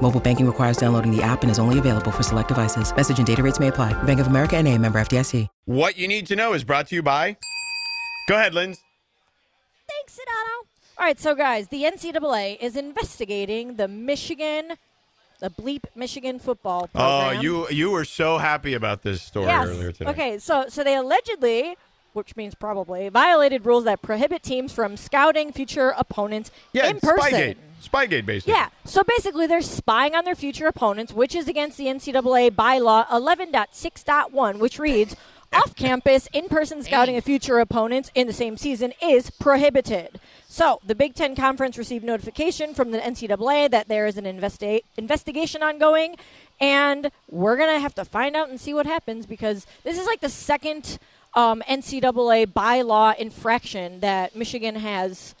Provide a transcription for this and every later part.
Mobile banking requires downloading the app and is only available for select devices. Message and data rates may apply. Bank of America and a member FDIC. What you need to know is brought to you by. Go ahead, Linz. Thanks, Sedano. All right, so guys, the NCAA is investigating the Michigan, the bleep Michigan football Oh, program. you you were so happy about this story yes. earlier today. Okay, so so they allegedly, which means probably, violated rules that prohibit teams from scouting future opponents Yeah, in person. Spygate. Spygate, basically. Yeah. So basically, they're spying on their future opponents, which is against the NCAA bylaw 11.6.1, which reads off campus, in person scouting of future opponents in the same season is prohibited. So the Big Ten Conference received notification from the NCAA that there is an investi- investigation ongoing, and we're going to have to find out and see what happens because this is like the second. Um, NCAA bylaw infraction that Michigan has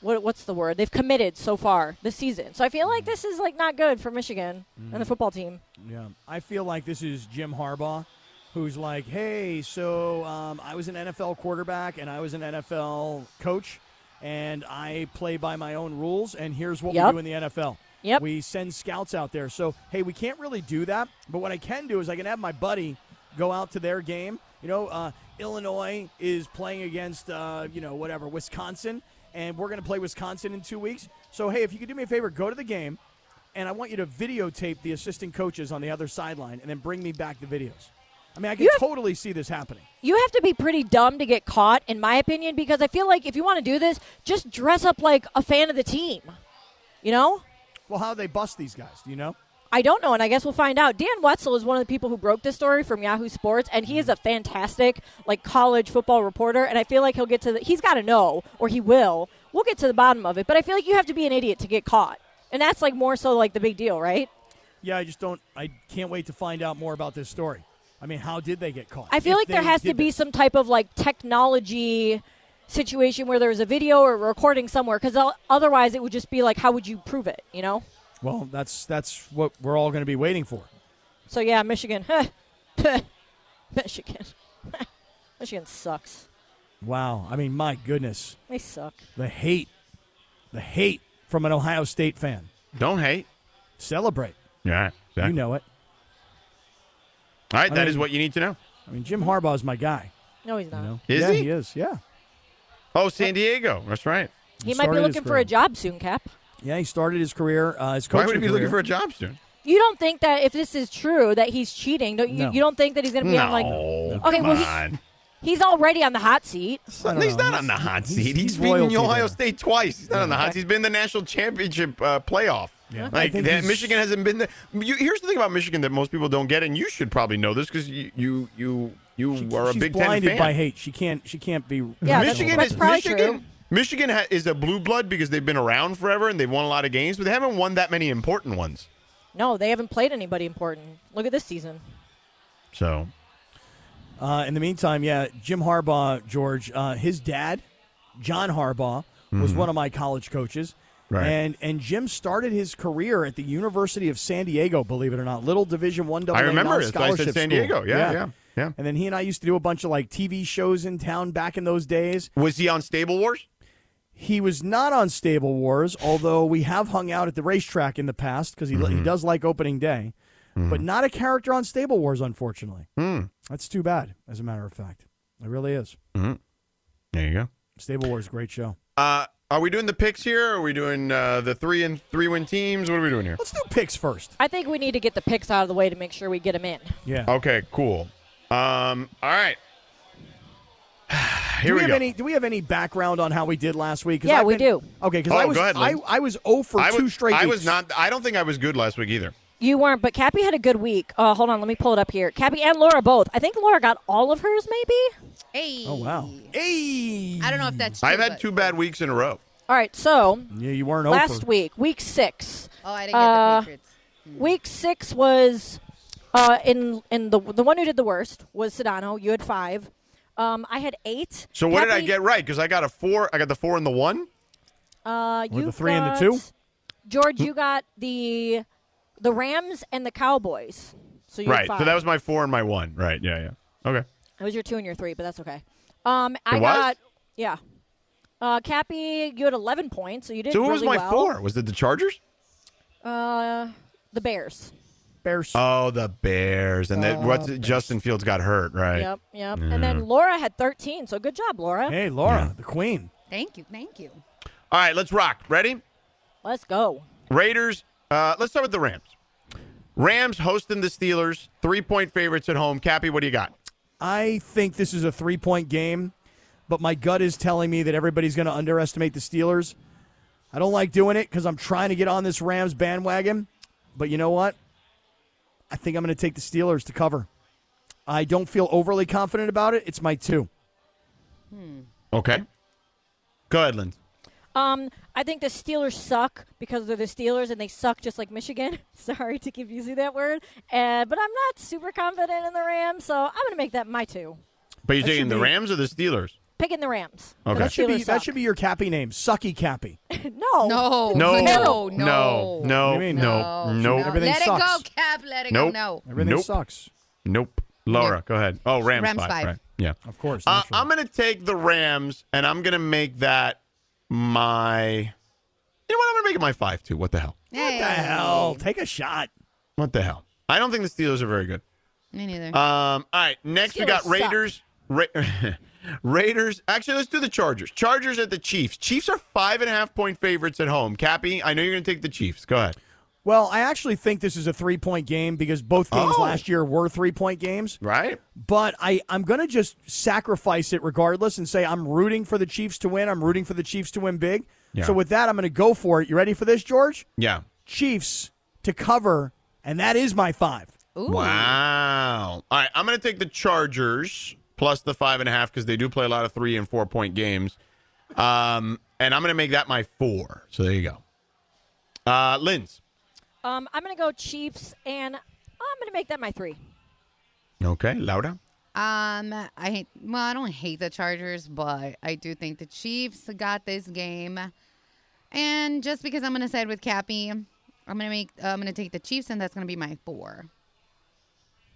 what, what's the word they've committed so far this season. So I feel like this is like not good for Michigan and the football team. Yeah, I feel like this is Jim Harbaugh, who's like, "Hey, so um, I was an NFL quarterback and I was an NFL coach, and I play by my own rules. And here's what Yep. we do in the NFL. Yep. we send scouts out there. So hey, we can't really do that. But what I can do is I can have my buddy go out to their game. You know, uh, Illinois is playing against uh, you know whatever Wisconsin, and we're going to play Wisconsin in two weeks. So hey, if you could do me a favor, go to the game." and I want you to videotape the assistant coaches on the other sideline and then bring me back the videos. I mean, I can You have- totally see this happening. You have to be pretty dumb to get caught, in my opinion, because I feel like if you want to do this, just dress up like a fan of the team. You know? Well, how they bust these guys, do you know? I don't know, and I guess we'll find out. Dan Wetzel is one of the people who broke this story from Yahoo Sports, and he is a fantastic like college football reporter. And I feel like he'll get to the, he's got to know, or he will. We'll get to the bottom of it, but I feel like you have to be an idiot to get caught, and that's like more so like the big deal, right? Yeah, I just don't. I can't wait to find out more about this story. I mean, how did they get caught? I feel If like there they has to did be this. some type of like technology situation where there was a video or a recording somewhere because otherwise it would just be like how would you prove it you know Well, that's that's what we're all going to be waiting for. so yeah michigan michigan michigan sucks Wow. I mean, my goodness, they suck the hate, the hate from an Ohio State fan. Don't hate. Celebrate. Yeah. You exactly. know it. All right, I that mean- is what you need to know. I mean, Jim Harbaugh's my guy. no he's not You know? Is yeah, he? he is. Yeah. Oh, Uh, San Diego. That's right. he might be Started his looking for a career. job soon cap Yeah, he started his career. Uh, his Why coaching would he be career. looking for a job soon? you don't think that if this is true that he's cheating don't you, No. you don't think that he's gonna be on like no. Okay, come well, he- on. he's already on the hot seat don't he's know. not on the hot He's- seat. He's, he's beaten royalty Ohio there. State twice. He's not on the hot seat. He's been in the national championship uh, playoff. Yeah. I Like think that, he's- Michigan hasn't been there. You, here's the thing about Michigan that most people don't get, and you should probably know this because you you you, you are a She's Big Ten blinded fan. by hate. She can't. She can't be. Yeah, that's- Michigan that's is probably Michigan. true. Michigan ha- is a blue blood because they've been around forever and they've won a lot of games, but they haven't won that many important ones. no they haven't played anybody important look at this season So Uh, in the meantime, yeah, Jim Harbaugh, George, uh, his dad, John Harbaugh, was one of my college coaches, Mm-hmm. Right. and and Jim started his career at the University of San Diego. Believe it or not, little Division One double. I remember it. That's why I said scholarship San school. Diego. Yeah, yeah, yeah. And then he and I used to do a bunch of like TV shows in town back in those days. was he on Stable Wars? He was not on Stable Wars, although we have hung out at the racetrack in the past because he, li Mm-hmm. he does like opening day, but not a character on Stable Wars, unfortunately. Hmm. That's too bad, as a matter of fact. It really is. There you go. Stable Wars, great show. Uh, are we doing the picks here? Or are we doing uh, the three and three win teams? What are we doing here? Let's do picks first. i think we need to get the picks out of the way to make sure we get them in Yeah. Okay, cool. Um, all right. do Here we, we, have go. any? Do we have any background on how we did last week? 'Cause Yeah, I've we been- do. Okay, because Oh, I was go ahead, I, Lynn. I was zero for I was, two straight. I was weeks. not. I don't think I was good last week either. You weren't, but Cappy had a good week. Uh, hold on, let me pull it up here. Cappy and Laura both. I think Laura got all of hers, maybe. Hey. Oh wow. Hey. I don't know if that's. True, I've had but- two bad weeks in a row. All right, so Yeah, you weren't oh last over. week, week six. Oh, I didn't get Uh, the Patriots. Week six was uh, in in the the one who did the worst was Sedano. You had five. Um, I had eight. So what did I Pepe- get right? Because I got a four. I got the four and the one. Uh, Were you the three and the got- two? George, you got the the Rams and the Cowboys. So you had Right. five. So that was my four and my one. Right. Yeah. Yeah. Okay. It was your two and your three, but that's okay. Um, I It was? got yeah. Uh, Cappy, you had eleven points, so you did. So who really was my well. four? Was it the Chargers? Uh, the Bears. Bears. Oh, the Bears. And then what's Oh, it- Justin Fields got hurt, right? Yep, yep. And then Laura had thirteen, so good job, Laura. hey, Laura, the queen. Thank you. Thank you. All right, let's rock. Ready? Let's go. Raiders. Uh, let's start with the Rams. Rams hosting the Steelers, three point favorites at home. Cappy, what do you got? I think this is a three point game, but my gut is telling me that everybody's going to underestimate the Steelers. I don't like doing it because I'm trying to get on this Rams bandwagon, but you know what? I think I'm going to take the Steelers to cover. I don't feel overly confident about it. It's my two. Okay. Go ahead, Lynn. Um, I think the Steelers suck because they're the Steelers and they suck just like Michigan. Sorry to give you that word, uh, but I'm not super confident in the Rams, so I'm gonna make that my two. But you're taking should the be- Rams or the Steelers? Picking the Rams. Okay. The That Steelers should be that suck. should be your Cappy name, Sucky Cappy. no. No. No. No. No. No. Oh, No. Oh, What do you mean? No. No. Nope. Everything Let it go, sucks. Cap. Let it Nope. go. No. Everything Nope. sucks, Nope. Laura, go ahead. Oh, Rams, Rams five. five. Right. Yeah. of course. Uh, naturally. I'm going to take the Rams, and I'm going to make that my. You know what? I'm going to make it my five too. What the hell? what the hell? Take a shot. What the hell? I don't think the Steelers are very good. Me neither. Um. All right. Next, we got Steelers suck. Raiders. Ra- Raiders. Actually, let's do the Chargers. Chargers at the Chiefs. Chiefs are five and a half point favorites at home. Cappy, I know you're going to take the Chiefs. Go ahead. Well, I actually think this is a three point game because both games Oh. last year were three point games. Right. but I, I'm going to just sacrifice it regardless and say I'm rooting for the Chiefs to win. I'm rooting for the Chiefs to win big. Yeah. So with that, I'm going to go for it. You ready for this, George? Yeah. Chiefs to cover, and that is my five. Uh, Ooh. Wow. All right. I'm going to take the Chargers plus the five and a half because they do play a lot of three and four point games. Um, and I'm going to make that my four. So there you go. Uh, Linz. Um, I'm gonna go Chiefs, and I'm gonna make that my three. Okay. Laura. Um, I hate- well, I don't hate the Chargers, but I do think the Chiefs got this game. And just because I'm gonna side with Cappy, I'm gonna make I'm gonna take the Chiefs, and that's gonna be my four.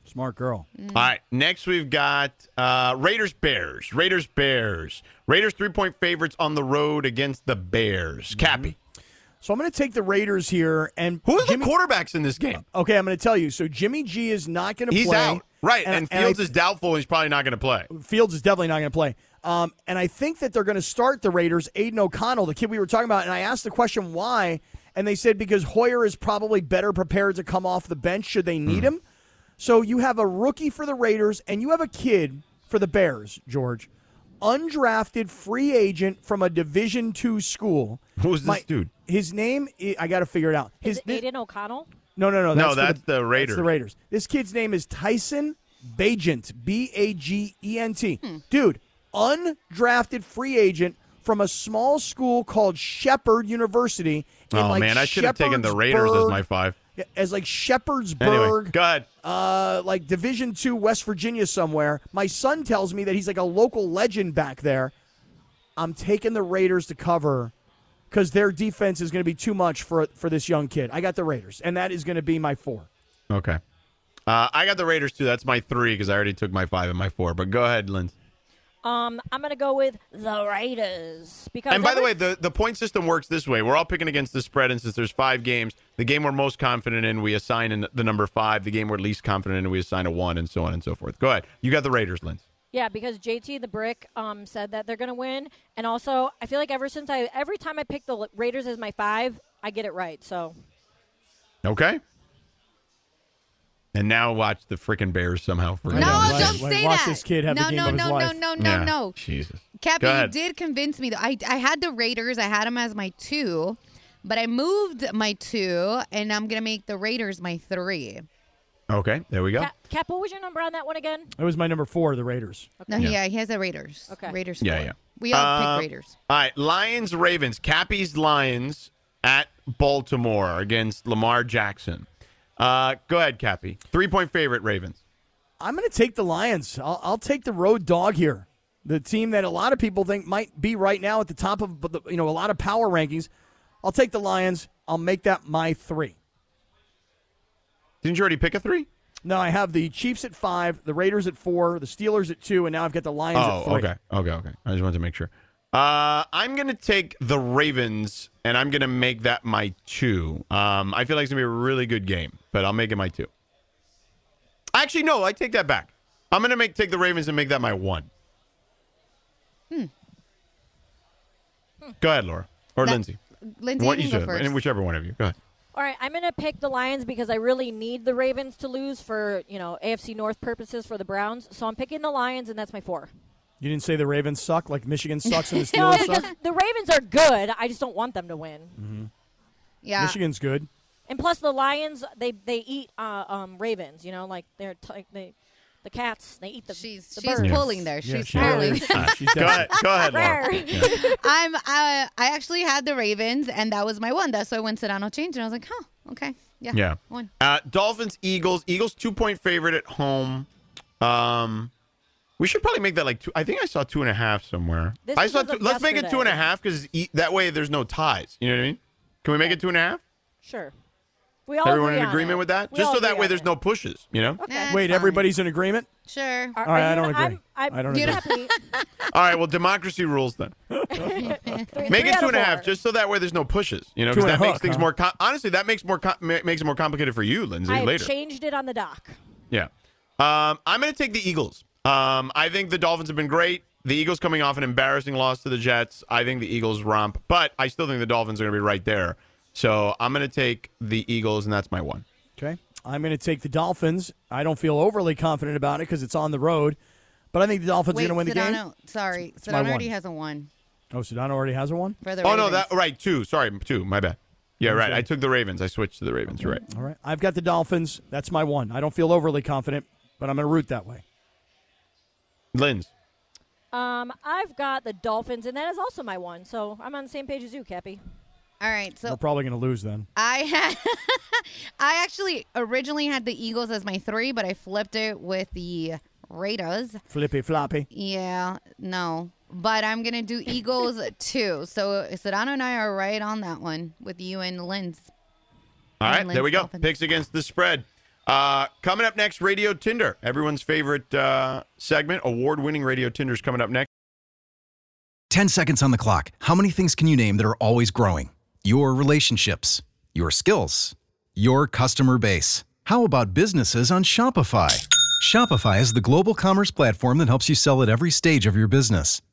Smart girl. All right. Next, we've got uh, Raiders Bears. Raiders Bears. Raiders three point favorites on the road against the Bears. Cappy. So I'm going to take the Raiders here. And Who are the Jimmy- quarterbacks in this game? Okay, I'm going to tell you. So Jimmy G is not going to play. He's out. Right. And, Oh, I Fields is doubtful. He's probably not going to play. Fields is definitely not going to play. Um, and I think that they're going to start the Raiders, Aiden O'Connell, the kid we were talking about. And I asked the question why, and they said because Hoyer is probably better prepared to come off the bench should they need Hmm. him. So you have a rookie for the Raiders, and you have a kid for the Bears, George, undrafted free agent from a Division two school. Who's this dude? His name, I- I got to figure it out. His Is it na- Aiden O'Connell? no, no, no. That's for that's the Raiders. That's the Raiders. This kid's name is Tyson Bagent. B A G E N T. Dude, undrafted free agent from a small school called Shepherd University. in, oh, like, man. I should have taken the Raiders as Shepherdsburg- my five. As like Shepherdsburg, Anyway, go ahead. uh, like Division Two, West Virginia somewhere. My son tells me that he's like a local legend back there. I'm taking the Raiders to cover because their defense is going to be too much for for this young kid. I got the Raiders, and that is going to be my four. Okay. Uh, I got the Raiders too. That's my three because I already took my five and my four. But go ahead, Linz. Um, I'm gonna go with the Raiders because. And by the every- way, the, the point system works this way. We're all picking against the spread, and since there's five games, the game we're most confident in, we assign an- the number five. The game we're least confident in, we assign a one, and so on and so forth. Go ahead. You got the Raiders, Linz. Yeah, because JT the Brick um, said that they're going to win, and also I feel like ever since I every time I pick the Raiders as my five, I get it right. So Okay. And now watch the freaking Bears somehow for No, Wait, don't wait, say watch that. this kid have the no, game no, of his no, life. no, no, no, Yeah. no. Jesus. Cappy, Go you ahead. did convince me. Though I I had the Raiders. I had them as my two, but I moved my two, and I'm gonna make the Raiders my three. Okay, there we go. Cap, Cap, what was your number on that one again? That was my number four, the Raiders. No, Yeah. yeah, he has the Raiders. Okay. Raiders. Yeah, four. yeah. We all Uh, pick Raiders. All right, Lions Ravens. Cappy's Lions at Baltimore against Lamar Jackson. Uh, go ahead, Cappy. Three point favorite Ravens. I'm going to take the Lions. I'll, I'll take the road dog here. The team that a lot of people think might be right now at the top of the, you know a lot of power rankings. I'll take the Lions. I'll make that my three. Didn't you already pick a three? No, I have the Chiefs at five, the Raiders at four, the Steelers at two, and now I've got the Lions at Oh, three. okay, okay, okay. I just wanted to make sure. Uh, I'm gonna take the Ravens, and I'm gonna make that my two. Um, I feel like it's gonna be a really good game, but I'll make it my two. Actually, no, I take that back. I'm gonna make take the Ravens and make that my one. Hmm. Go ahead, Laura or That- Lindsay. Lindsay, What you you can should, go first. and whichever one of you. Go ahead. All right, I'm going to pick the Lions because I really need the Ravens to lose for, you know, AFC North purposes for the Browns. So I'm picking the Lions, and that's my four. You didn't say the Ravens suck like Michigan sucks and the No, Steelers because suck. the Ravens are good. I just don't want them to win. yeah. Michigan's good. And plus, the Lions they they eat uh, um, ravens. You know, like they're t- they the cats they eat the She's the she's birds. pulling there. Yeah, She's she pulling. really is. She's Go ahead. definitely- Go ahead, Laura. Rare. I'm. I, I actually had the Ravens, and that was my one. That's why when Sedano changed, and I was like, huh, okay, yeah, Yeah. one. Uh, Dolphins, Eagles. Eagles two point favorite at home. Um, we should probably make that like two. I think I saw two and a half somewhere. This I was saw. as of let's make it two and a yesterday. half because e- that way there's no ties. You know what I mean? Can we make it two and a half? Sure, Oh, we all Everyone agree in on agreement it. with that? We Just all so that agree way on there's it. no pushes. You know? Nah, it's Wait, fine. everybody's in agreement. sure. Are- All right, are I you- don't agree. I'm- I'm- I don't You agree. know- happy. All right. Well, democracy rules then. Three- Make three it out two of and a half, four. just so that way there's no pushes. You know, Two because and a that makes hook, things huh? more. Com- Honestly, that makes more com- ma- makes it more complicated for you, Lindsay. I have later. changed it on the dock. Yeah. Um, I'm going to take the Eagles. Um, I think the Dolphins have been great. The Eagles coming off an embarrassing loss to the Jets. I think the Eagles romp, but I still think the Dolphins are going to be right there. So I'm going to take the Eagles, and that's my one. Okay. I'm going to take the Dolphins. I don't feel overly confident about it because it's on the road, but I think the Dolphins are Wait, going to win the game. Sedano. Sorry, my Sedano already one. has a one Oh, Sedano already has a one? for the Oh, Ravens. no, that right, two. Sorry, two. My bad. Yeah, right. I took the Ravens. I switched to the Ravens. You're right. All right. I've got the Dolphins. That's my one. I don't feel overly confident, but I'm going to root that way. Linz. Um, I've got the Dolphins, and that is also my one. So I'm on the same page as you, Cappy. All right, We're so probably going to lose then. I had, I actually originally had the Eagles as my three, but I flipped it with the Raiders. Flippy floppy. Yeah, no. But I'm gonna do Eagles too. So Sedano and I are right on that one with you and Linz. All And right, there we Linz go. Dolphins. Picks against the spread. Uh, coming up next, Radio Tinder. Everyone's favorite uh, segment, award winning Radio Tinder's coming up next. 10 seconds on the clock. How many things can you name that are always growing? Your relationships, your skills, your customer base. How about businesses on Shopify? Shopify is the global commerce platform that helps you sell at every stage of your business.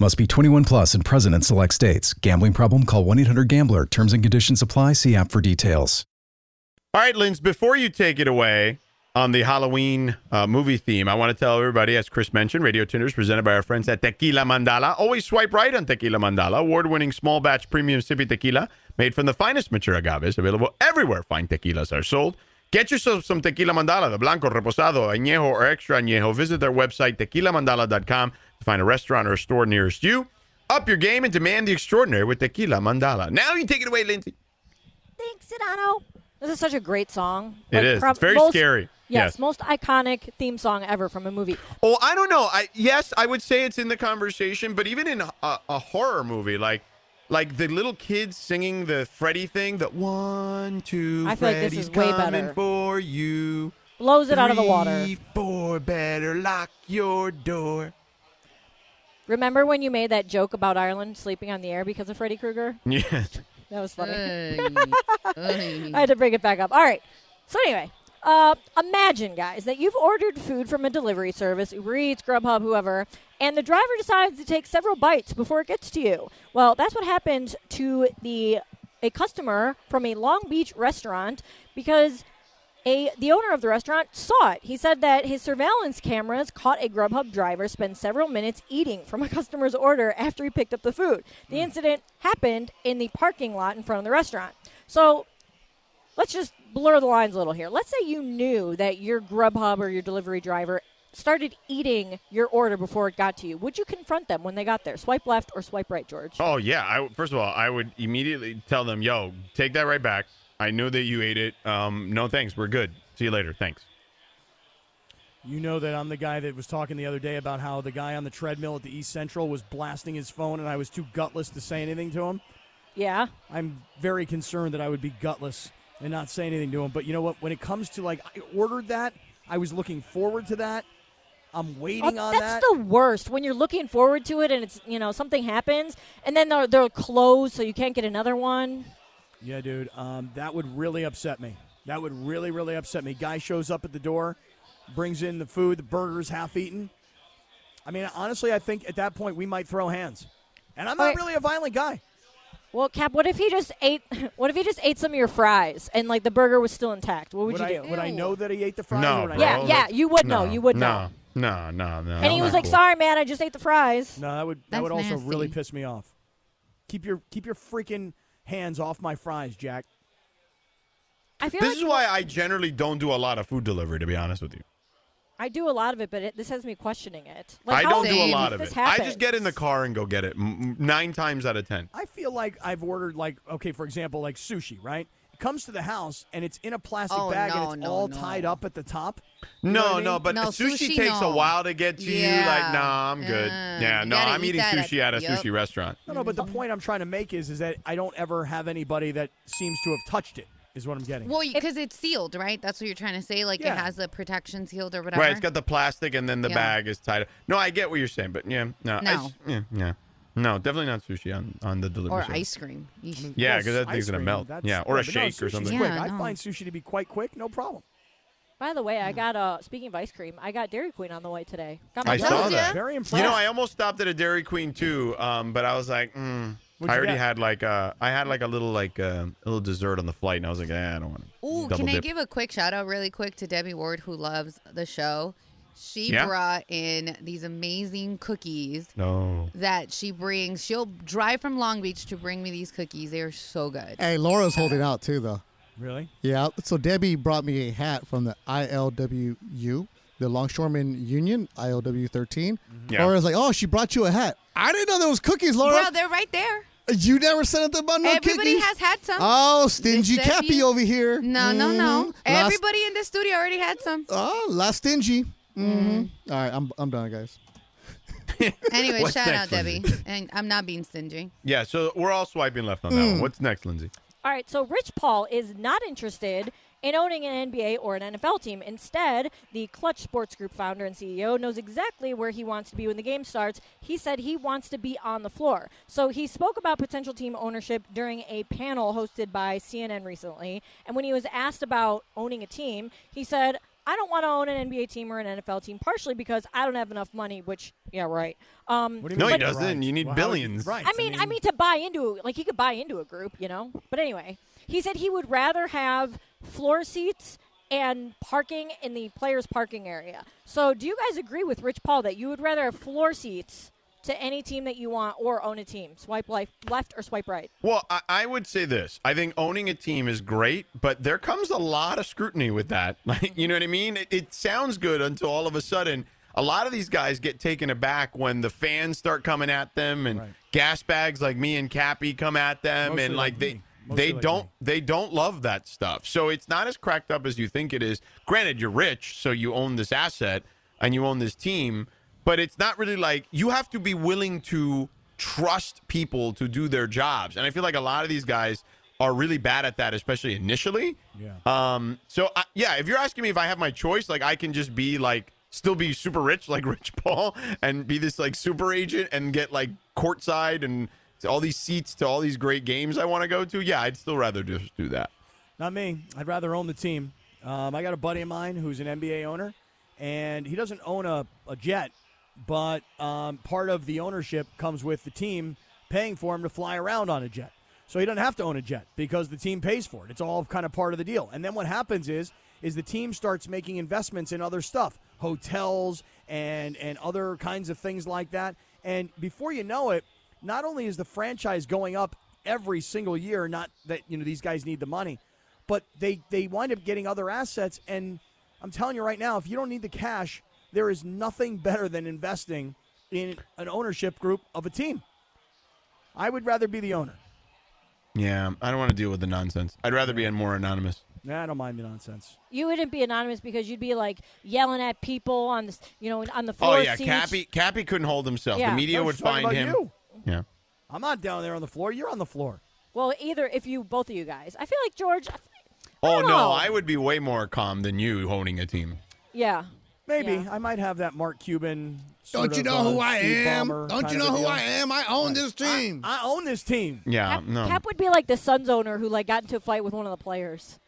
Must be 21 plus and present in select states. Gambling problem? Call 1-800-GAMBLER. Terms and conditions apply. See app for details. All right, Linz, before you take it away on the Halloween uh, movie theme, I want to tell everybody, as Chris mentioned, Radio Tinder is presented by our friends at Tequila Mandala. Always swipe right on Tequila Mandala, award winning small batch premium sippy tequila made from the finest mature agaves, available everywhere fine tequilas are sold. Get yourself some Tequila Mandala, the Blanco, Reposado, Añejo, or Extra Añejo. Visit their website, tequilamandala.com, to find a restaurant or a store nearest you. Up your game and demand the extraordinary with Tequila Mandala. Now you take it away, Lindsay. Thanks, Sedano. This is such a great song. It is. It's very scary. Yes, Yes. most iconic theme song ever from a movie. Oh, I don't know. I yes, I would say it's in the conversation, but even in a, a horror movie, like like the little kids singing the Freddy thing, the one, two, I feel like this Freddy's is way coming better. for you. Blows it out of the water. Three, four, better lock your door. Remember when you made that joke about Ireland sleeping on the air because of Freddy Krueger? Yeah. That was funny. Oy. I had to bring it back up. All right. So anyway, uh, imagine guys that you've ordered food from a delivery service, Uber Eats, Grubhub, whoever, and the driver decides to take several bites before it gets to you. Well, that's what happened to the a customer from a Long Beach restaurant because a the owner of the restaurant saw it. He said that his surveillance cameras caught a Grubhub driver spend several minutes eating from a customer's order after he picked up the food. The incident happened in the parking lot in front of the restaurant. So let's just blur the lines a little here. Let's say you knew that your Grubhub or your delivery driver started eating your order before it got to you. Would you confront them when they got there? Swipe left or swipe right, George? Oh yeah. I first of all, I would immediately tell them, "Yo, take that right back. I knew that you ate it. Um, no thanks. We're good. See you later. Thanks." You know that I'm the guy that was talking the other day about how the guy on the treadmill at the East Central was blasting his phone, and I was too gutless to say anything to him. Yeah. I'm very concerned that I would be gutless and not say anything to him. But you know what? When it comes to like, I ordered that. I was looking forward to that. I'm waiting Oh, on that's that. the worst when you're looking forward to it and it's you know something happens and then they're, they're closed so you can't get another one yeah, dude. Um, that would really upset me. That would really, really upset me. Guy shows up at the door, brings in the food. The burger's half eaten. I mean, honestly, I think at that point we might throw hands. And I'm not Alright. really a violent guy. well cap what if he just ate what if he just ate some of your fries and like the burger was still intact what would, Would, you I, do would I Ew. know that he ate the fries? No, or would I bro. yeah not? yeah you would know No, you would know no, No, no, no. and he was not like cool. sorry man i just ate the fries No, that would that That's would also really nasty. piss me off. Keep your keep your freaking hands off my fries, Jack. i feel This like is why I generally don't do a lot of food delivery, to be honest with you. i do a lot of it but it, this has me questioning it I how don't do a often Same. lot of this it. I just get in the happens? car and go get it m- m- nine times out of ten. I feel like I've ordered like okay, for example, like sushi, right? It comes to the house and it's in a plastic Oh, bag no, and it's no, all no. tied up at the top. No, no, but No, sushi, sushi, takes no. a while to get to you. Yeah. Like, nah, I'm good. Uh, yeah, you no, gotta I'm eat eating that at- sushi at a yup. sushi restaurant. No, no, but Mm-hmm. the point I'm trying to make is is that I don't ever have anybody that seems to have touched it. Is what I'm getting. Well, because it's sealed, right? That's what you're trying to say. Like Yeah. it has the protection sealed or whatever. Right, it's got the plastic and then the Yeah. bag is tied. up. No, I get what you're saying, but yeah, no, I No. s- yeah, yeah, no, definitely not sushi on on the delivery. or service. ice cream. Yeesh. Yeah, Well, because that ice thing's gonna cream, melt. that's- Yeah, or a but no, shake or sushi's something. Yeah, Quick. I no. find sushi to be quite quick, no problem. by the way i got uh speaking of ice cream i got dairy queen on the way today got my I Told saw ya. that. Very You impressive. know, I almost stopped at a Dairy Queen too, um, but I was like, mm, I What'd you already get? had like a, I had like a little like uh, a little dessert on the flight, and I was like, eh, I don't want to. Ooh, double can I dip. give a quick shout out really quick to Debbie Ward who loves the show? She Yeah. brought in these amazing cookies No. that she brings. She'll drive from Long Beach to bring me these cookies. They are so good. Hey, Laura's holding out too, though. really? Yeah. So Debbie brought me a hat from the ILWU, the Longshoremen Union, ILW 13. Yeah. Laura's like, oh, she brought you a hat. I didn't know there was cookies, Laura. Bro, they're right there. you never said nothing about no Everybody cookies. has had some. Oh, stingy Miss Debbie. Cappy over here. No, no, Mhm. no. Last- Everybody in the studio already had some. Oh, last stingy. Mhm. All right, I'm I'm done, guys. Anyway, What's shout out next, Debbie. Lindsay? And I'm not being stingy. Yeah, so we're all swiping left on that Mm. one. What's next, Lindsay? All right, so Rich Paul is not interested in owning an NBA or an NFL team. Instead, the Clutch Sports Group founder and CEO knows exactly where he wants to be when the game starts. He said he wants to be on the floor. So he spoke about potential team ownership during a panel hosted by CNN recently. And when he was asked about owning a team, he said, I don't want to own an NBA team or an NFL team, partially because I don't have enough money, which, yeah, right. Um, What do you No, mean he by doesn't. rights? You need how- billions. Right. I mean, I mean to buy into like he could buy into a group, you know. But anyway, he said he would rather have floor seats and parking in the players' parking area. So, do you guys agree with Rich Paul that you would rather have floor seats to any team that you want or own a team? Swipe left, left or swipe right? Well, I, I would say this. I think owning a team is great, but there comes a lot of scrutiny with that. Like, you know what I mean? It, it sounds good until all of a sudden, a lot of these guys get taken aback when the fans start coming at them, and gas bags like me and Cappy come at them, Mostly and like like they me. Mostly they like don't me. they don't love that stuff. So it's not as cracked up as you think it is. Granted, you're rich, so you own this asset and you own this team, but it's not really like you have to be willing to trust people to do their jobs. And I feel like a lot of these guys are really bad at that, especially initially. Yeah. Um. So I, yeah, if you're asking me if I have my choice, like I can just be like still be super rich like Rich Paul and be this like super agent and get like courtside and all these seats to all these great games I want to go to? Yeah, I'd still rather just do that. Not me. I'd rather own the team. Um, I got a buddy of mine who's an NBA owner, and he doesn't own a, a jet, but um, part of the ownership comes with the team paying for him to fly around on a jet. So he doesn't have to own a jet because the team pays for it. It's all kind of part of the deal. And then what happens is is the team starts making investments in other stuff, hotels and and other kinds of things like that. And before you know it, not only is the franchise going up every single year, not that you know these guys need the money, but they they wind up getting other assets and I'm telling you right now, if you don't need the cash, there is nothing better than investing in an ownership group of a team. I would rather be the owner. Yeah, I don't want to deal with the nonsense. I'd rather be more anonymous. Nah, I don't mind the nonsense. You wouldn't be anonymous because you'd be like yelling at people on the, you know, on the Oh floor. yeah, seats. Cappy Cappy couldn't hold himself. Yeah. The media I'm would just talking find about him. you. Yeah. I'm not down there on the floor. You're on the floor. Well, either if you both of you guys, I feel like George. I Oh don't no, know. I would be way more calm than you owning a team. Yeah. Maybe Yeah. I might have that Mark Cuban. sort Don't you of, know uh, who I Steve am? Ballmer Don't kind you of know a who deal. I am? I own this team. I own this team. Yeah, Cap, Um, no. Cap would be like the Suns owner who like got into a fight with one of the players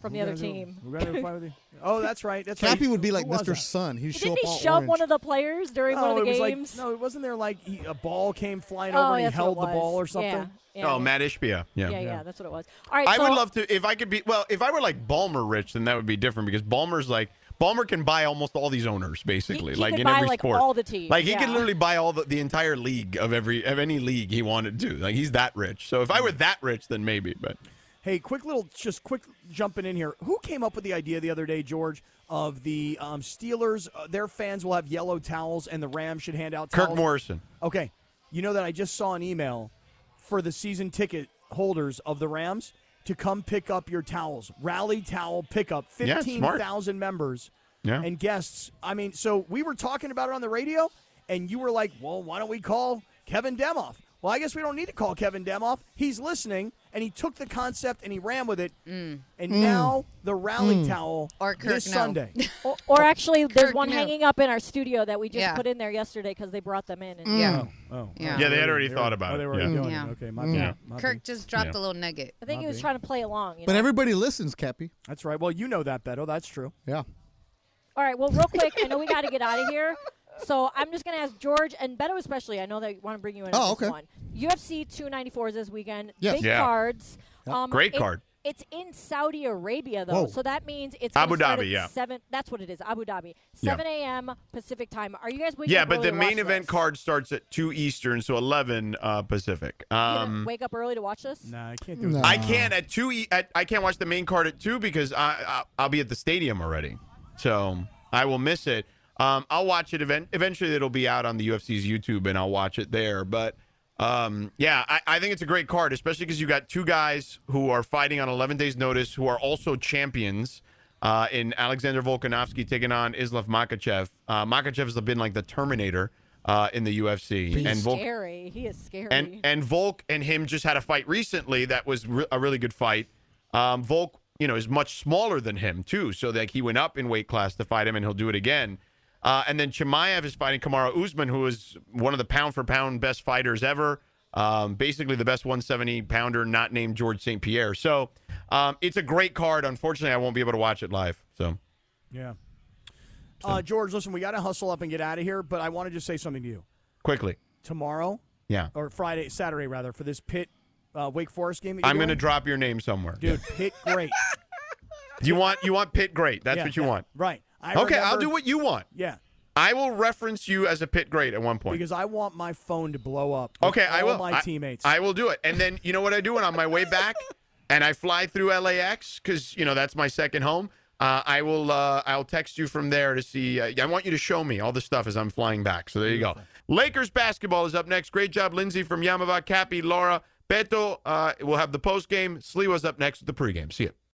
from the We're other gonna do- team. We're gonna fight with you. Oh, that's right. That's Cappy right. would be like Who was Mr. that? Sun. He'd show Didn't up he all shove orange. one of the players during No, one of it the was games? like no, it wasn't there like he, a ball came flying oh, over and he that's what held it the was. ball or something. Yeah. yeah, Oh, yeah. Matt Ishbia. Yeah. Yeah, yeah, that's what it was. All right, I so would love to if I could be well, if I were like Balmer rich, then that would be different because Balmer's like Balmer can buy almost all these owners basically, he like could in buy, every like, sport. all the teams, Like he could yeah. literally buy all the, the entire league of every of any league he wanted to. Like he's that rich. So if I were that rich, then maybe. But Hey, quick little, just quick jumping in here. Who came up with the idea the other day, George, of the um, Steelers? Uh, their fans will have yellow towels, and the Rams should hand out Kirk towels. Morrison. Okay, you know that I just saw an email for the season ticket holders of the Rams to come pick up your towels. Rally towel pickup. Yeah, smart. Fifteen thousand members Yeah. and guests. I mean, so we were talking about it on the radio, and you were like, "Well, why don't we call Kevin Demoff?" Well, I guess we don't need to call Kevin Demoff. He's listening, and he took the concept and he ran with it. And Mm. now the rally towel Or Kirk, this no. Sunday. Or, Oh, or actually, there's Kirk one knew. hanging up in our studio that we just Yeah. put in there yesterday because they brought them in. And Mm. Yeah. Oh, Yeah. Yeah, they had were- already were- thought about oh, it. They were already Yeah. doing Yeah. it. Okay, my bad. Yeah. My bad. Kirk just dropped Yeah. a little nugget. I think he was Probably. trying to play along. You know? But everybody listens, Cappy. That's right. Well, you know that, Beto. That's true. Yeah. All right, well, real quick, I know we got to get out of here. So I'm just going to ask George and Beto especially. I know they want to bring you in. Oh, on this okay. One. UFC 294 is this weekend. Yes. Big Yeah. cards. Um, Great it- card. It's in Saudi Arabia, though. Whoa. So that means it's Abu gonna start Dhabi, at yeah. Seven, that's what it is, Abu Dhabi. Yeah. 7 a.m. Pacific time. Are you guys waking Yeah, up but early the to watch main event this? card starts at two Eastern, so eleven uh, Pacific. You gonna Um, wake up early to watch this? Nah, I can't do it. No. I can't at two. E- at, I can't watch the main card at two because I, I I'll be at the stadium already, so I will miss it. Um, I'll watch it event. Eventually, it'll be out on the UFC's YouTube, and I'll watch it there. But um, yeah, I, I think it's a great card, especially because you got two guys who are fighting on 11 days' notice, who are also champions. Uh, in Alexander Volkanovski taking on Islam Makachev. Uh, Makachev has been like the Terminator uh, in the UFC, and Volk scary. He is scary. and and Volk and him just had a fight recently that was re- a really good fight. Um, Volk, you know, is much smaller than him too, so like he went up in weight class to fight him, and he'll do it again. Uh, and then Chimaev is fighting Kamara Usman, who is one of the pound for pound best fighters ever. Um, basically the best 170 pounder not named George St. Pierre. So um, it's a great card. Unfortunately, I won't be able to watch it live. So Yeah. Uh, George, listen, we got to hustle up and get out of here, but I want to just say something to you. quickly, Tomorrow, yeah, or Friday, Saturday, rather, for this Pitt uh, Wake Forest game. that you're I'm going to doing, drop your name somewhere. Dude, Pitt, great. You want you want Pitt great. That's Yeah, what you yeah, want. Right. I okay, I'll remember- do what you want. Yeah. I will reference you as a pit great at one point. Because I want my phone to blow up. with okay, I all will. my I- teammates. I will do it. And then you know what I do when on my way back, and I fly through LAX because you know that's my second home. Uh, I will. Uh, I'll text you from there to see. Uh, I want you to show me all the stuff as I'm flying back. So there you go. Lakers basketball is up next. Great job, Lindsay from Yamava, Cappy, Laura, Beto. Uh, we'll have the post game. Slee was up next with the pregame. See you.